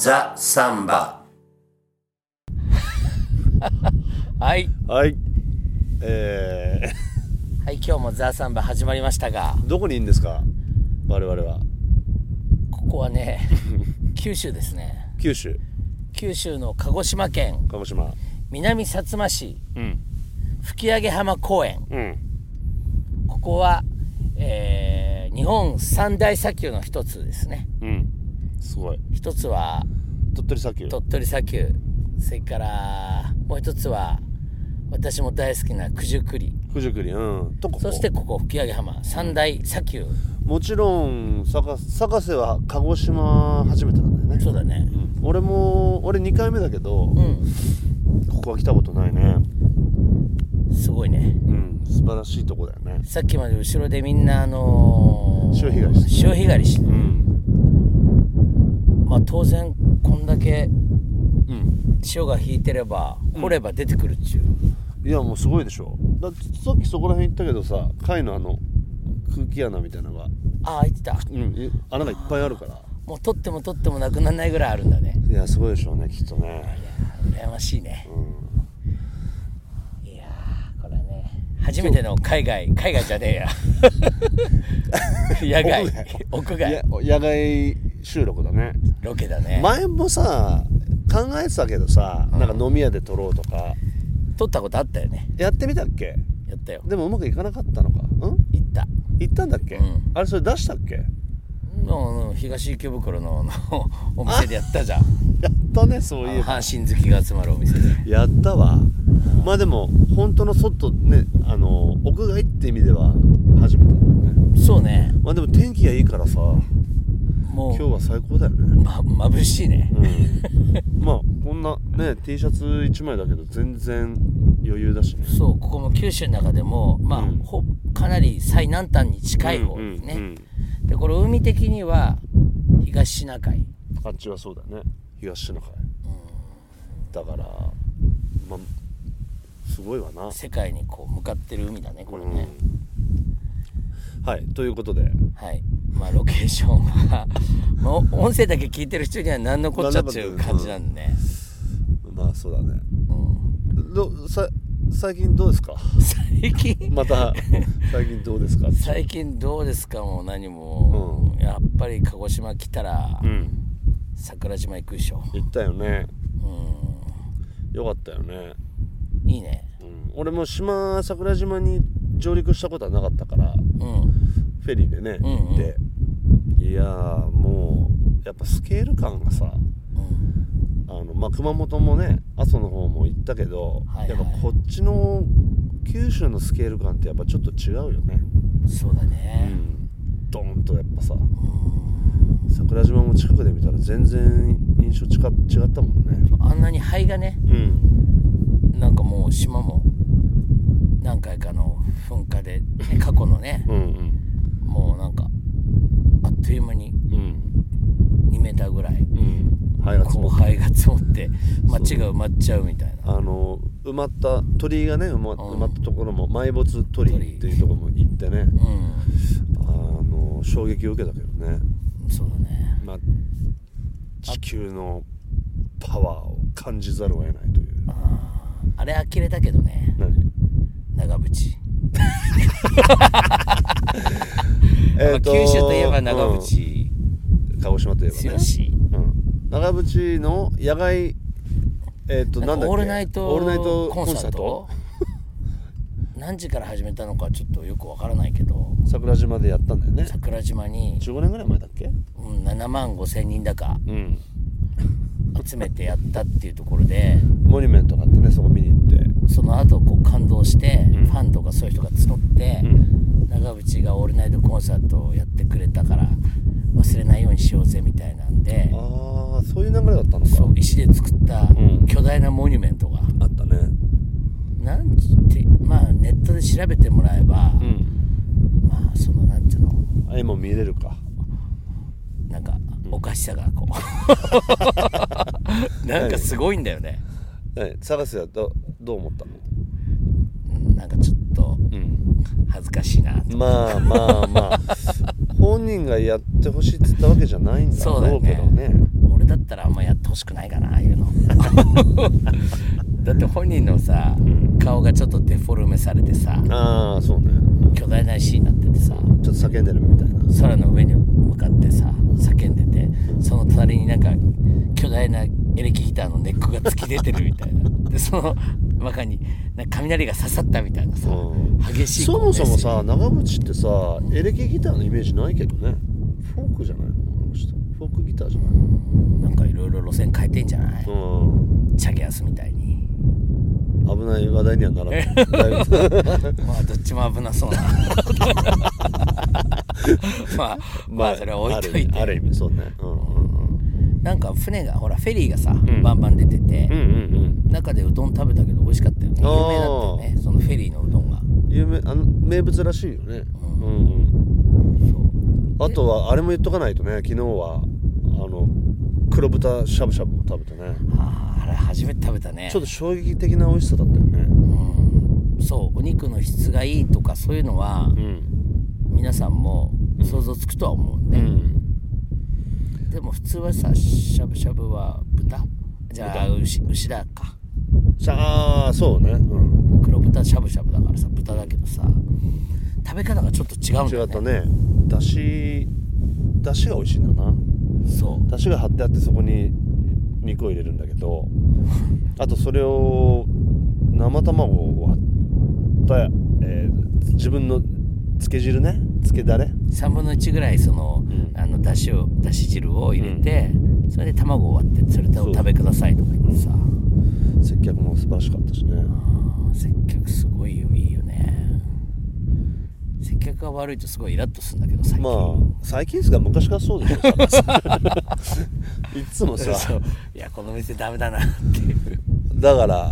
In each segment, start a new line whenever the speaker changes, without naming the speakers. サンバ。
はい、
はい。え
はい、今日もザ・サンバ始まりましたが、
ー、どこにいるんですか我々は。
ここはね、九州ですね。
九州、
九州の鹿児島県
鹿児島。
南薩摩市
うん。
吹上浜公園。
うん。
ここは、えー、日本三大砂丘の一つですね。
うん。すごい。
一つは
鳥取砂丘。
鳥取砂丘、それからもう一つは私も大好きな九十九里、
九十九里。うん。とこ
そしてここ吹上浜三大砂丘。
もちろん、坂坂瀬は鹿児島初めてなんだよね。
そうだね。
うん。俺も、俺2回目だけど、
う
ここは来たことないね。
ん、すごいね。
うん。素晴らしいとこだよね。
さっきまで後ろでみんなあのー、
潮干狩りして
潮干狩りして
うん。
まあ当然こんだけ
うん。
潮が引いてれば掘れば出てくるっちゅう、
いや、もうすごいでしょ。だってさっきそこら辺行ったけどさ、貝のあの、空気穴みたいなのが、
ああ開いてた
うん、い穴がいっぱいあるから。
もう取っても取ってもなくならないぐらいあるんだね
いや、すごいでしょうね、きっとね。
羨ましいね
うん。
いやーこれはね初めての海外海外じゃ ねえや野外屋
いや
外
野外収録だね。
ロケだね
前もさ、考えてたけどさ、
うん
なんか飲み屋で撮ろうとか、
撮ったことあったよね
やってみたっけ
やったよ
でもうまくいかなかったのか。うん
行った
行ったんだっけ、
うん
あれ、それ出したっけや
の東池袋のあ のお店でやったじゃん
ったね、そういえば。
阪神好きが集まるお店で
やったわ。まあでも、本当の外ね、あの、屋外って意味では初めてだよね。
そうね
まあでも天気がいいからさ、
も
今
う
日は最高だよね。
ま眩しいね、
うん、まあこんなね T シャツ1枚だけど全然余裕だしね
そうここも九州の中でもまあ、
うん
ほかなり最南端に近い方ですね、
うんうん
でこれ海的には東シナ海
うんあっちはそうだね東シナ海だからまあすごいわな
世界にこう向かってる海だねこれね、
うんはいということで
はいまあロケーションはもう音声だけ聞いてる人には何のこっちゃっていう感じなんでね、
まあそうだね
うん
どさ最近どうですか
最近
また最近どうですか
最近どうですかもう何も、
うん
やっぱり鹿児島来たら、
うん
桜島行くでしょ、
行ったよね
う
よかったよね、
ん、いいね
うん、俺も島桜島に上陸したことはなかったから
うん
フェリーでね、
うんうん
行っていやーもうやっぱスケール感がさ
うん
あの、まあ、熊本もね阿蘇の方も行ったけど、
はいはい
やっぱこっちの九州のスケール感ってやっぱちょっと違うよね、
そうだ
う
ね、
ん、ドーンとやっぱさ桜島も近くで見たら全然印象ちか違ったもんね
あんなに灰がね
うん
なんかもう島も何回かの噴火で、ね、過去のね
うんうん
もうなんかあっという間に
うん
2メーターぐらい
うん灰が積
こ
も
う
って
灰が積もって街が埋まっちゃうみたいな
あの埋まった鳥居がね埋ま埋まったところも埋没鳥居っていうところも行ってね
う
あの衝撃を受けたけどね、
んそうだね
まあ、地球のパワーを感じざるを得ないという
あーあれ呆れたけどね
何
長渕まあ九州といえば長、渕
うん鹿児島といえばね
剛、し
うん、長渕の野外えっ、と
な
なんん
か
だっけ
オールナイ
オールナイ
ト
ト
コ
コ
ン
ン
サ
サ
ー
ー
ト
ト
何時から始めたのかちょっとよくわからないけど
桜島でやったんだよね
桜島に、
15年ぐらい前だっけ
うん、7万5千人だか
うん
集めてやったっていうところで
モニュメントがあってねそこ見に行って
その後こう感動して、
うん
ファンとかそういう人が募って、長渕が「オールナイトコンサート」をやってくれたから忘れないようにしようぜみたいなんで
ああそういう流れだったのか
そう石で作った
うん
巨大なモニュメントが、
あったね
なんてまあネットで調べてもらえば、
うん
まあそのなんていうの
絵も見れるか
なんかおかしさがこう なんかすごいんだよね
え探すはどどう思ったの
うんなんかちょっと
うん
恥ずかしいなと
ま あまあまあ本人がやってほしいって言ったわけじゃないんだ
そうだ
ろ
よ
うけどね
ね俺だったらあんまやってほしくないかなああいうのだって本人のさ顔がちょっとデフォルメされてさ
ああそうね
巨大な石になっててさ
ちょっと叫んでるみたいな
空の上に向かってさ叫んでてその隣になんか巨大なエレキギターのネックが突き出てるみたいな でその中になんか雷が刺さったみたいなさ
うん
激しい
そもそもさ
こ
長渕ってさエレキギターのイメージないけどねフォークじゃないのあの人フォークギターじゃないう
メッセージなんかいろいろ路線変えてんじゃない
うん
チャゲアスみたいに
危ない話題にはならないだいぶ
まあどっちも危なそう なまあまあそれは置いとい
ある
て
ある意味そうねうんうん
なんか船がほらフェリーがさ、
ん
バンバン出てて、
うんうんうん
中でうどん食べたけど美味しかったよね有名だったよねそのフェリーのうどんが
有名あの名物らしいよね
うん
うんうん
そう
あとはあれも言っとかないとね昨日はあの黒豚しゃぶしゃぶも食べてね
あーあれ初めて食べたね
ちょっと衝撃的な美味しさだったよね
うんそうお肉の質がいいとかそういうのは
うん
皆さんも想像つくとは思う
う
ね、
ん
でも普通はさしゃぶしゃぶは豚じゃあ牛牛だか
さあそうねうん
黒豚しゃぶしゃぶだからさ豚だけどさ食べ方がちょっと違うんだ
違
よ
っ
ね
たねだしだしが美味しいんだな
そう
だしが張ってあってそこに肉を入れるんだけどあとそれを生卵を割った、えー自分のつけ汁ねつけだれ
3分の1ぐらいその,、
うん
あのだしをだし汁を入れて、それで卵を割ってそれとお食べくださいとか言ってさ、
接客も素晴らしかったしね
あー接客すごいよいいよね接客が悪いとすごいイラッとするんだけど最近、
まあ最近ですが昔からそうでしょ いつもさ
そういやこの店ダメだなっていう
だから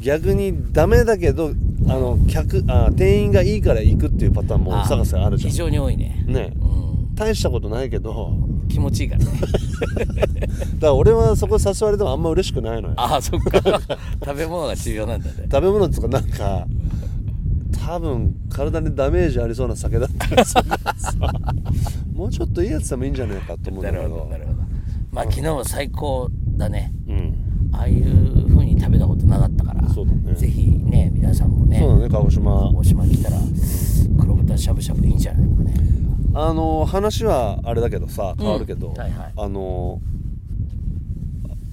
逆にダメだけどあの客あ店員がいいから行くっていうパターンも
あー
探せあるじゃ
非
ん
常に多いね
ね
う
大したことないけど
ん気持ちいいから ね
だから俺はそこ誘われてもあんま嬉しくないのよ
ああそっか食べ物が重要なんだね
食べ物とかなんか多分体にダメージありそうな酒だったらそう もうちょっといいやつでもいいんじゃないかと思うん
な
だ
る
け
ほど
ど
なるほどまあ昨日は最高だね
うん
ああいう風に食べたことなかったから
そうだね
ぜひね皆さんもね
そうだね鹿児島
鹿児島来たら黒豚しゃぶしゃぶいいんじゃないのかね
あの話はあれだけどさ変わるけど、
うんはいはい
あの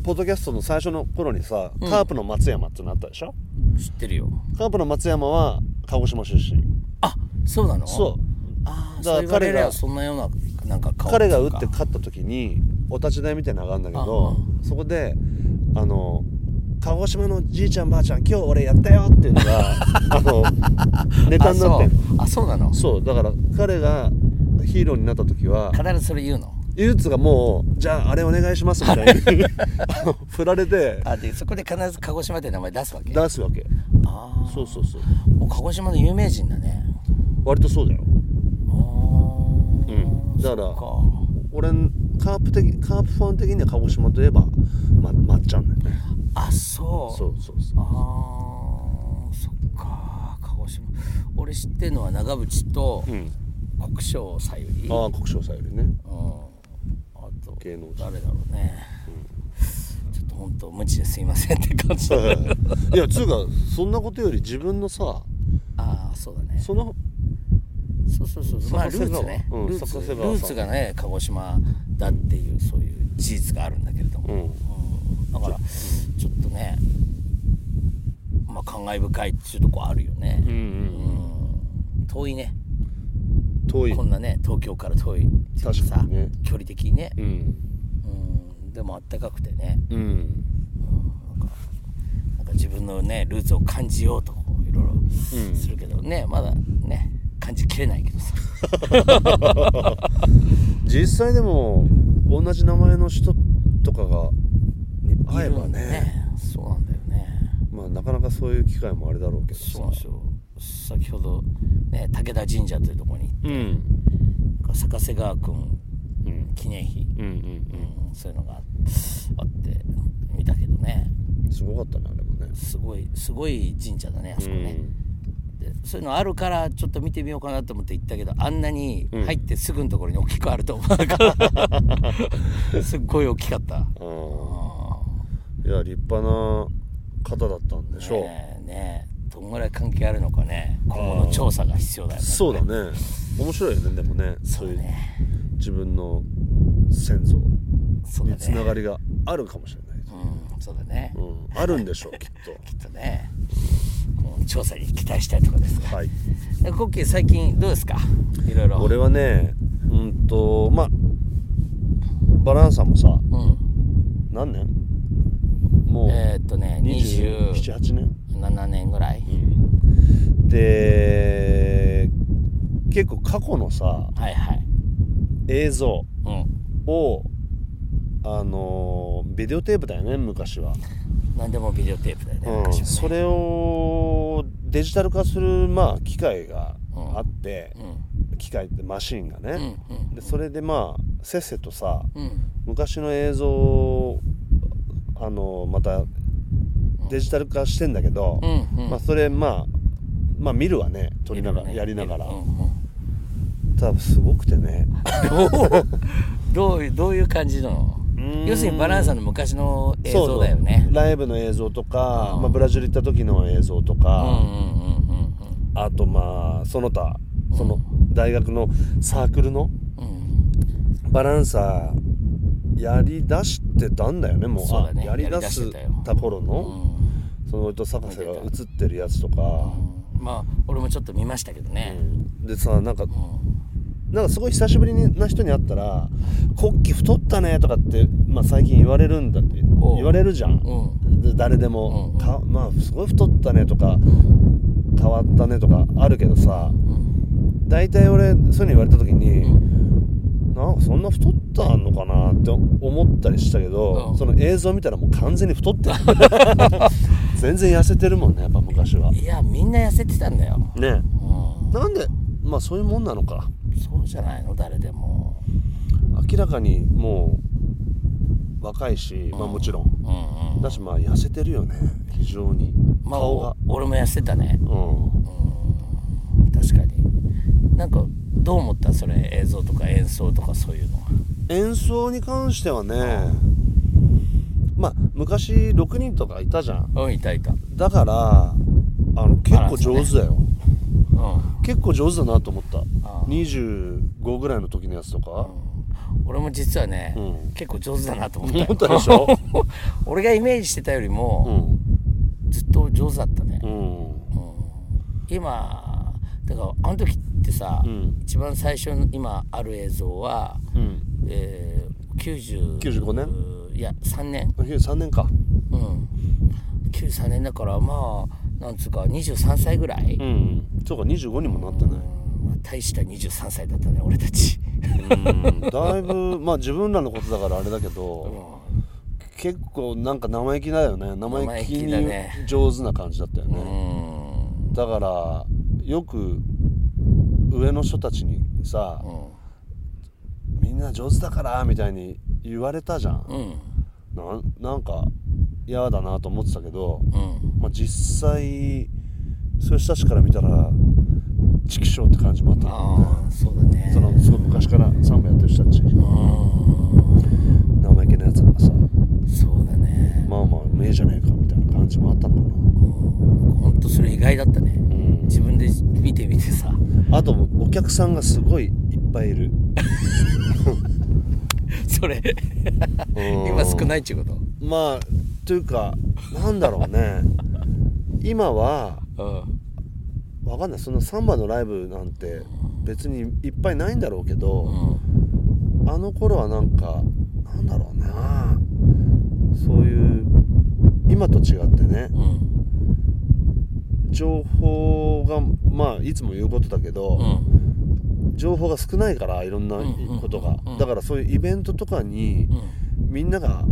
ポッドキャストの最初の頃にさ
うん
カープの松山ってなったでしょ、
知ってるよ
カープの松山は鹿児島出身
あそうなの
そう
ああ
だ
そう
から
言われり
彼
ゃ
が
そんなようななんか顔
彼が打って
か
勝った時にお立ち台みたいなのがあるんだけどそこであの鹿児島のじいちゃんばあちゃん今日俺やったよっていうの があのネタになってんの
あそうあそうなの
そうだから彼がヒーローになった時は
必ずそれ言うの
ユーツがもう「じゃああれお願いします」みたいにあの 振られて
あでそこで必ず鹿児島って名前出すわけあ
出すわけ
あー
そうそうそう
もう鹿児島の有名人だね
割とそうだよ
あー
うんだから
そっか
俺カープ的カープファン的には鹿児島といえばままっちゃんだよね
あそう
そうそうそう
あーそっか鹿児島俺知ってるのは長渕と
うん
国生さゆり
ああ国生さんより
う
ね
んあと
芸能人
誰だろうね、ちょっと本当無知ですいませんって感じだね
いやつうかそんなことより自分のさ
ああそうだね
その
そうそうそうまあル
そこ
ーツね、
瀬川うん
ルーツ
そこ瀬
ル
川さん
ーツがね鹿児島だっていうそういう事実があるんだけれども、
うん
うんだからちょっとねまあ感慨深いっていうとこあるよね、
うん
うん遠いね
遠い
こんなね東京から遠いっていう
確かにね
距離的にね、
うん
うん、でもあったかくてね
うん
なんか自分のねルーツを感じようとこういろい
うん
ろするけどね、まだね感じきれないけどさ
実際でも同じ名前の人とかがに 会えばね
いるんだよそうなんだよね
まあなかなかそういう機会もあれだろうけど
そう
さ
なんですよ先ほどね武田神社というところに
うん
坂瀬川君
うん
記念碑、
うんうん
うんそういうのがあって見たけどね
うんすごかったねあれもね
すごいすごい神社だねあそこね、でそういうのあるからちょっと見てみようかなと思って行ったけどあんなに入ってすぐのところに大きくあると思わなか った、すっごい大きかった
いや立派な方だったんでしょう、
ねえねえどんぐらい関係あるのかね今後の調査が必要だよね
そうだね面白いよねでもね
そ
そうう
だ
いう
ね
自分の先祖
そうだ
に
ね
つながりがあるかもしれない、
うんそうだね、
うん、あるんでしょうきっ
きっとねもう調査に期待したいところです
とはい
がコッキー最近どうですかいろいろ
俺はねうんとまあバランサもさ
うん
何年もう、
えーっとね27
278年、
年ぐらい
うん、で結構過去のさ
はいはい
映像
うん
をあのービデオテープだよね昔は、
何でもビデオテープだよね
うん、
昔はね
それをデジタル化する、まあ、機械があって
う、ん
機械ってマシンが
うん
ね、でそれでまあせっせとさ
うんうん
昔の映像をあのまたデジタル化してんだけど、
うんうん
まあ、それまあまあ見るわね撮りながら、
いろいろね
やりながら、
うんうん
多分すごくてね
どういうどういう感じなの
うーん
要するにバランサの昔の映像だよね
そうそうライブの映像とか、
うん
まあ、ブラジル行った時の映像と
うんうん
か、
うん
あとまあその他そうの大学のサークルの
うんうん
バランサーやりだしてたんだよねもう
そうだね
あやりだ
やり
す
だしてたよ
た頃
う
の、
ん
その俺と博士が映ってるやつとか、
うんまあ俺もちょっと見ましたけどね、
でさなんか
うん
なんかすごい久しぶりな人に会ったら「国旗太ったね」とかって、まあ、最近言われるんだって
おう
言われるじゃん、
うん
で誰で
うん
も、かまあすごい太ったねとか変わったねとかあるけどさ
うん
大体俺そういうの言われた時に、
うん
なんかそんな太ったのかなって思ったりしたけど、
うん
その映像見たらもう完全に 太ってる全然痩せてるもんねやっぱ昔はい
やみんな痩せてたんだよ、
ね
うん、
なんでまあそういうもんなのか
そうじゃないの誰でも
明らかにもう若いしまあもちろん
うんうん
だしまあ痩せてるよね非常に
まあ
顔が、
お俺も痩せてたね
うん
うん確かになんかどう思ったそれ映像とか演奏とかそういうのは
演奏に関してはねまあ昔6人とかいたじゃん
うんいたいたうん
だからあの結構上手だよ、結構上手だなと思った
あー
25ぐらいの時のやつとか
俺も実はね、
うん
結構上手だなと思 ったよ
思ったでしょ
俺がイメージしてたより
う
も、
ん
ずっと上手だったね、
うん
うん今だからあの時ってさ、
うん
一番最初の今ある映像は、
うん
えー、90
95年
いや3年
3年か
うん93年だからまあなんつうか23歳ぐらい、
う
うん
んそうか25にもなってない
まあ大した23歳だったね俺たち、
うんだいぶまあ自分らのことだからあれだけ
うん
ど、結構なんか生意気だよね生意気
生意気だ
に
ね
上手な感じだったよね、
うん
だからよく上の人たちにさ、みんな上手だからみたいに言われたじゃん、
うん
なんなんか嫌だなと思ってたけど、
うん
まあ、実際そういう人たちから見たら畜生って感じもあったの
ああそうだね
そのすごい昔からサンバやってる人たち
うん
生意気なやつらがさ
そうだね
まあまあうめえじゃねえかみたいな感じもあったのかな
ほんとそれ意外だったね、
ん
自分で見てみてさ
あとお客さんがすごいいっぱいいる
それ
う ん
今少ないっちゅうこ
まあというかなんだろうね今は
と
わかんないそのサンバのライブなんて別にいっぱいないんだろうけ
う
ど、
ん、
あの頃はなんかなんだろうなそういう今と違ってね
うん
情報がまあいつも言うことだけど、
うん
情報が少ないからいろんなこと
う
が、
んうんうんうん
だからそういうイベントとかに
うん
みんなが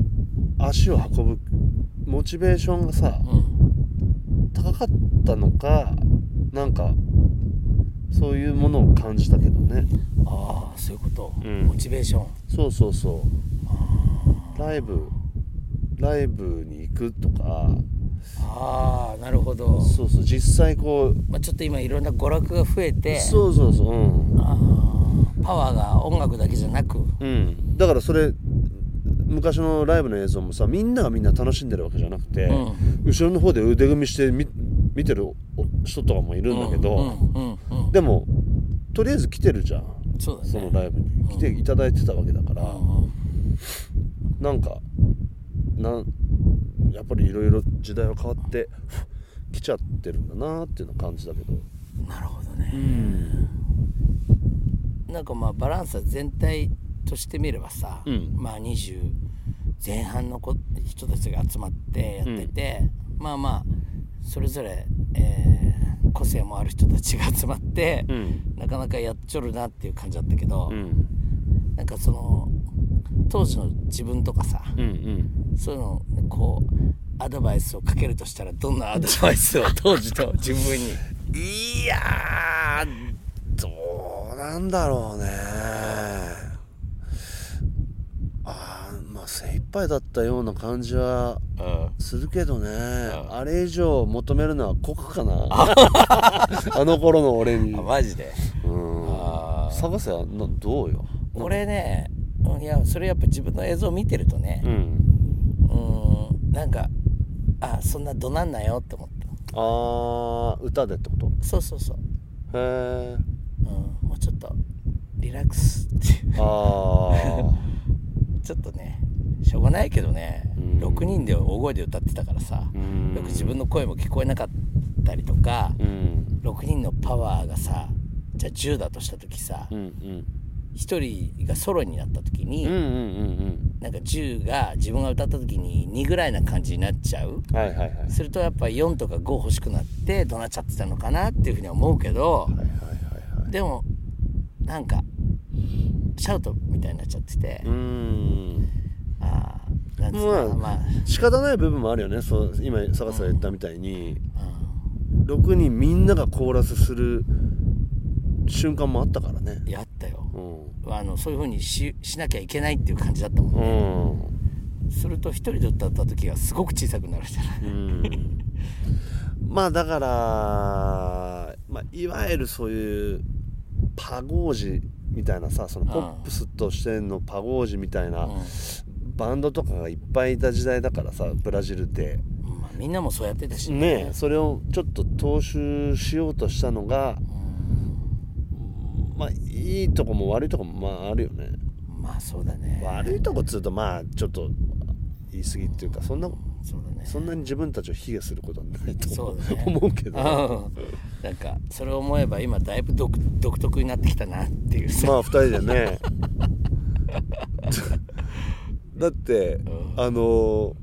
足を運ぶモチベーションがさ
うん
高かったのかなんかそういうものを感じたけどね
ああそういうこと、
うん
モチベーション
そうそうそうライブライブに行くとか
ああなるほど、
そうそう実際こう
まあ、ちょっと今いろんな娯楽が増えて
そうそうそううん、
あーパワーが音楽だけじゃなく
うん、だからそれ昔のライブの映像もさみんながみんな楽しんでるわけじゃなくて、
う
後ろの方で腕組みしてみ見てるお人とかもいるんだけど、
うんうんうんうん
でもとりあえず来てるじゃん
そうだね
そのライブに来ていただいてたわけだから、
うんうん
なんかなんやっぱりいろいろ時代は変わって来ちゃってるんだなっていうのは感じだけど
なるほどね
ん
なんかまあバランスは全体としてみればさ、
うん
まあ20前半の子人たちが集まってやってて、まあまあそれぞれ、えー個性もある人たちが集まって、
うん
なかなかやっちょるなっていう感じだったけど、
うん
なんかその当時の自分とかさ、
うんうん
そういうのをこうアドバイスをかけるとしたらどんなアドバイスを当時と自分に
いやーどうなんだろうねあーまあ精一杯だったような感じは
うん
するけどね
ん
あれ以上求めるのは酷 かなあの頃の俺に
あマジで
うん
あー
探せはなどうよ
俺ねうんいやそれやっぱ自分の映像を見てるとね
うん
うんんなんかあそんなどなんなよって思っ
あー歌でってこと
たそうそうそう、
へえ
うん、もうちょっとリラックスっていう
あー
ちょっとねしょうがないけどね
うん
6人で大声で歌ってたからさ
う ん
よく自分の声も聞こえなかったりとか
うん
6人のパワーがさじゃあ10だとした時さ
うんうん
1人がソロになった時
うんうんう
に
ん
なんか10が自分が歌った時に2ぐらいな感じになっちゃう
うんはいはいはいはい
するとやっぱ4とか5欲しくなってどなっちゃってたのかなっていうふうには思うけど
はいはいはい
でもなんかシャウトみたいになっちゃってて
うーん
ああなんつう
ま
の
あ
まあ
仕方ない部分もあるよねそう今坂瀬が言ったみたいに6人みんながコーラスする瞬間もあったからね
うんやったよ
うん
あのそういうふうにししなきゃいけないっていう感じだったもん
うん
すると一人で歌った時がすごく小さくなるじゃない
うんまあだから、まあ、いわゆるそういうパゴージみたいなさその
うん
ポップスとしてのパゴージみたいな
うん
バンドとかがいっぱいいた時代だからさブラジルって
まあ、みんなもそうやってたし
ねえそれをちょっと踏襲しようとしたのがまあいいとこも悪いとこもまああるよね
まあそうだね
悪いとこっつうとまあちょっと言い過ぎっていうかそんな
そうだね
そんなに自分たちを卑下することはないと思う
そうだね
思うけど
うんなんかそれを思えば今だいぶ独独特になってきたなっていうさ
まあ2人でねだって、
ん
あの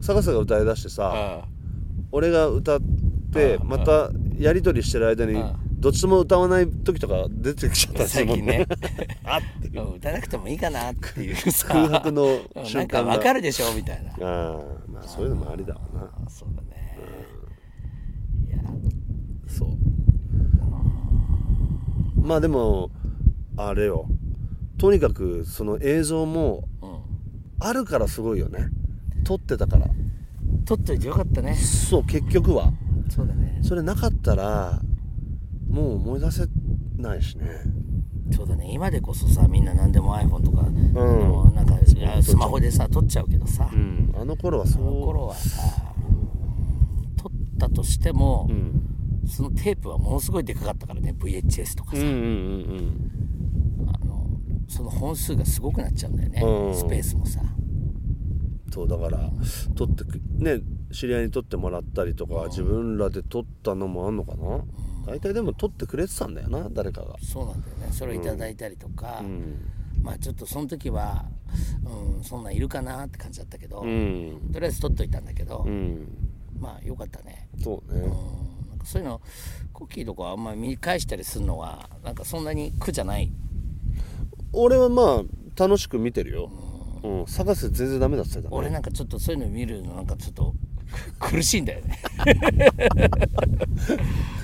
坂瀬が歌いだしてさ、俺が歌って
うん
またやり取りしてる間に、
うん
どっちとも歌わない時とか出てきちゃったりするもんね
最近
あって
うんうん歌わなくてもいいかなっていうさ
空白の
うん
瞬
な
間が
んかわかるでしょみたいな
あーまあそういうのもありだわな
あそうだねいや
そうまあでもあれよとにかくその映像も
うん
あるからすごいよね撮ってたから
撮っといてよかったね
そう結局は
そうだね
それなかったらもう思い出せないしね
そうだね今でこそさみんな何でも iPhone とか、
ん
なんかあスマホでさ撮っちゃうけどさ、
うんあの頃は
そ
そう
の頃はさ撮ったとしても、
うん
そのテープはものすごいでかかったからね VHS とか
う
さ、
んうんうん
あのその本数がすごくなっちゃうんだよね、
うん
スペースもさ
うんそうだから撮ってくね知り合いに撮ってもらったりとか自分らで撮ったのもあんのかな大体でも撮ってくれてたんだよな誰かが
そうなんだよねそれをいただいたりとか、
うん
まあちょっとその時は、うん、そんなんいるかなって感じだったけど、
うん
とりあえず撮っといたんだけど、
うん
まあよかったね
そうね
うんなんかそういうのコッキーとかはあんまり見返したりするのはなんかそんなに苦じゃない
俺はまあ楽しく見てるようん探せ全然ダメだって言ってた
俺
ね
なんかちょっとそういうの見るのなんかちょっと く苦しいんだよ ね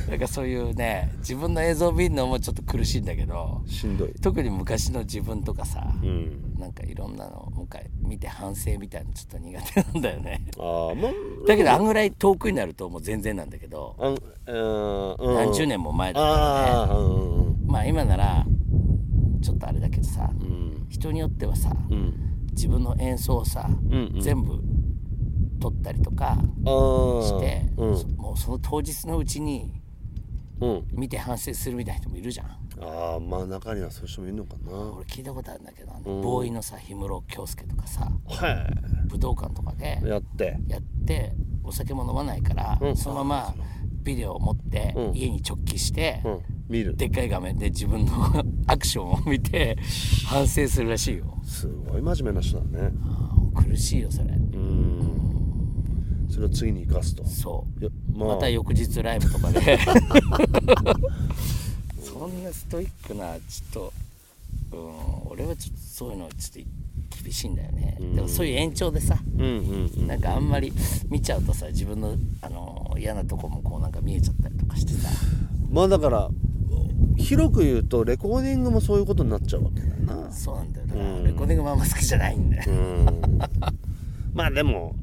なんかそういうね自分の映像見るのもちょっと苦しいんだけど
しんどい
特に昔の自分とかさ
うん
なんかいろんなのをもう一回見て反省みたいなのちょっと苦手なんだよね
ああまあ
だけどあんぐらい遠くになるともう全然なんだけど
あんうんうん
何十年も前だからね
ああうんうん
まあ今ならちょっとあれだけどさ
うん
人によってはさ
うん
自分の演奏をさ
うんうん
全部撮ったりとか
ああ
して
うん
そもうその当日のうちに
うん
見て反省するみたいな人もいるじゃん
ああまあ中にはそういう人もいるのかな
俺聞いたことあるんだけどあ
う
の
ん
ボーイのさ氷室京介とかさ
は
武道館とかで
いやって
やってお酒も飲まないから、
うん
そのままビデオを持って、
うん
家に直帰して、
うん見る
でっかい画面で自分の アクションを見て反省するらしいよ
すごい真面目な人だね
あー苦しいよそれ
うんそれを次に生かすと
そう
いやまあ
また翌日ライブとかでそんなストイックなちょっと、うん、俺はちょっとそういうのちょっと厳しいんだよね、
うん
でもそういう延長でさ
うんうんうん
なんかあんまり見ちゃうとさ自分のあの嫌なとこもこうなんか見えちゃったりとかしてさ
まあだから広く言うとレコーディングもそういうことになっちゃうわけだよな
そうなんだよだから
うん
レコーディングもあんま好きじゃないんだよ、
うん まあでも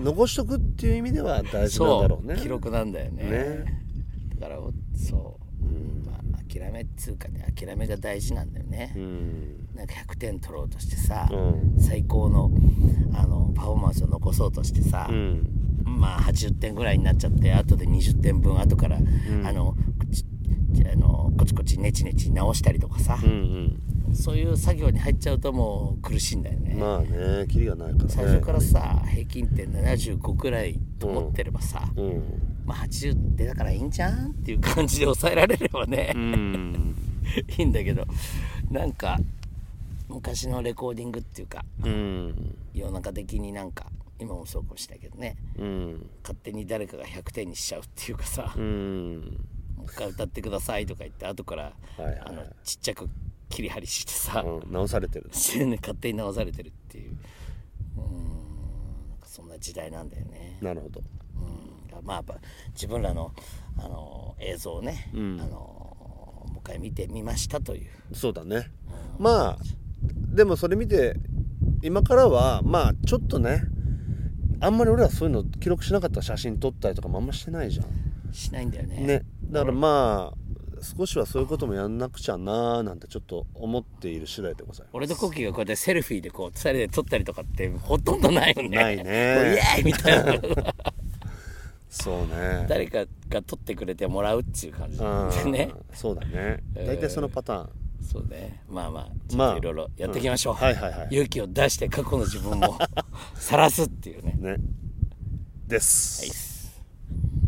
残しとくっていう意味では大事なん
そ
だ
う
ろうね
記録なんだよね
ね
だからそう、
うん
まあ諦めっつうかね諦めが大事なんだよね
う、ん
なんか100点取ろうとしてさ、
うん
最高のあのパフォーマンスを残そうとしてさ、
うん
まあ80点ぐらいになっちゃって後で20点分後から、
ん
あのこちあのこちこちネチネチ直したりとかさ
う、ん
そういう作業に入っちゃうともう苦しいんだよ
う
ね、
んまあねキリがないからね
最初からさ平均点75くらいと思ってればさ、
うん
まあ80出だからいいんじゃんっていう感じで抑えられればね、
うん
いいんだけどなんか昔のレコーディングっていうか
うん
世の中的になんか今もそうかもしれないけどね
うん
勝手に誰かが100点にしちゃうっていうかさ、
うん
もう一回歌ってくださいとか言って後から、
はいはい
あのちっちゃく切り張りしてさ、
うん直されてる
してね 勝手に直されてるっていううーんなんかそんな時代なんだよね、
なるほど
うん、まあやっぱ自分らのあの映像をね、
うん
あのもう一回見てみましたという
そうだねまあでもそれ見て今からはまあちょっとねあんまり俺らそういうの記録しなかった写真撮ったりとかもあんましてないじゃん
しないんだよね
ねだからまあ少しはそういうこともやんなくちゃなーなんてちょっと思っている次第でございま
俺とコッキーがこうやってセルフィーでこう2人で撮ったりとかってほとんどないよね
ないね
もうイエーイみたいな
すそうね
誰かが撮ってくれてもらうっていう感じなんで
うん
ね
そうだね大体そのパターン、
そうねまあまあちょっ
まあ
といろいろやっていきましょう、
うんはいはいはい
勇気を出して過去の自分を 晒すっていうね
ねです、
はい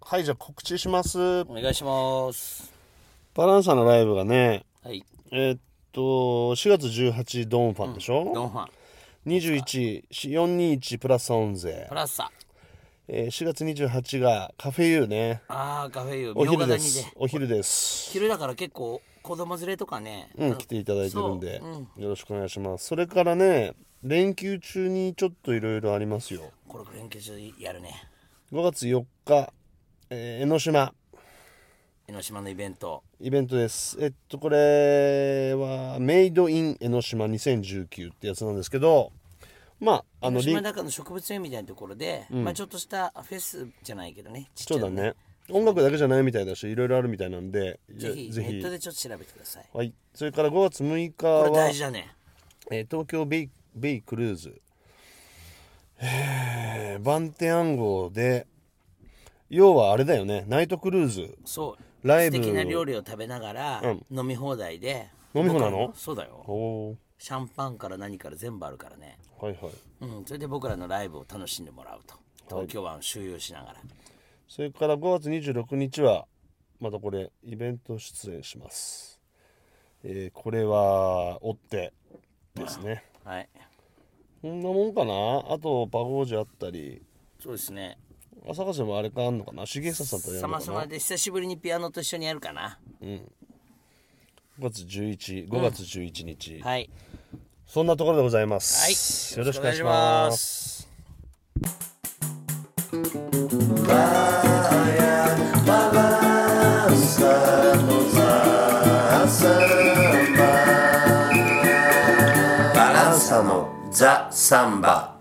はい、じゃあ告知します。
お願いします
バランサのライブがね、
はい
えーっと、4月18ドンファンでし
ド
ょ、
ンファン
21、421プラスオンゼ
プ。ラスさ
えー4月28がカフェユーね。
あーカフェユー
お
明
昼
潟
で
に
す
ね。
お昼です。
昼だから結構子供連れとかね、
うん、来ていただいてるんで、よろしくお願いします。それからね、連休中にちょっといろいろありますよ。
これ連休中やるね
5月4日、えー江ノ島。
江ノ島のイベント
イベントです。えっと、これは、メイドイン江ノ島2019ってやつなんですけど、まあ、あ
江
の、
ノ
リ
島の中の植物園みたいなところで、まあちょっとしたフェスじゃないけどねちっち
そ
ゃ
う
い
だ
の
ね。音楽だけじゃないみたいだし、いろいろあるみたいなんで、
ぜひネットでちょっと調べてください
はい。それから5月6日
これ
は
大、事だね
えー東京ベイベイクルーズ。えー、番手暗号で、要はあれだよね、ナイトクルーズ。
そう
ライブ
素敵な料理を食べながら、飲み放題で
飲み放題なの
僕らそうだよ
おー
シャンパンから何から全部あるからね
はいはい。
うんそれで僕らのライブを楽しんでもらうと東京湾を周遊しながら、
それから5月26日は、またこれ、イベント出演します。えーこれは、追ってですね。
はい、
こんなもんかなあと、パゴージあったり、
そうですね
朝霞もあれかあんのかな重久さんとや
さ
るの
ま
か
さ
な
まで久しぶりにピアノと一緒にやるかな
?5 月11、5月11日、
はい
そんなところでございます。
はい
よろしくお願いします。
す
サンババランサのザ・サンバ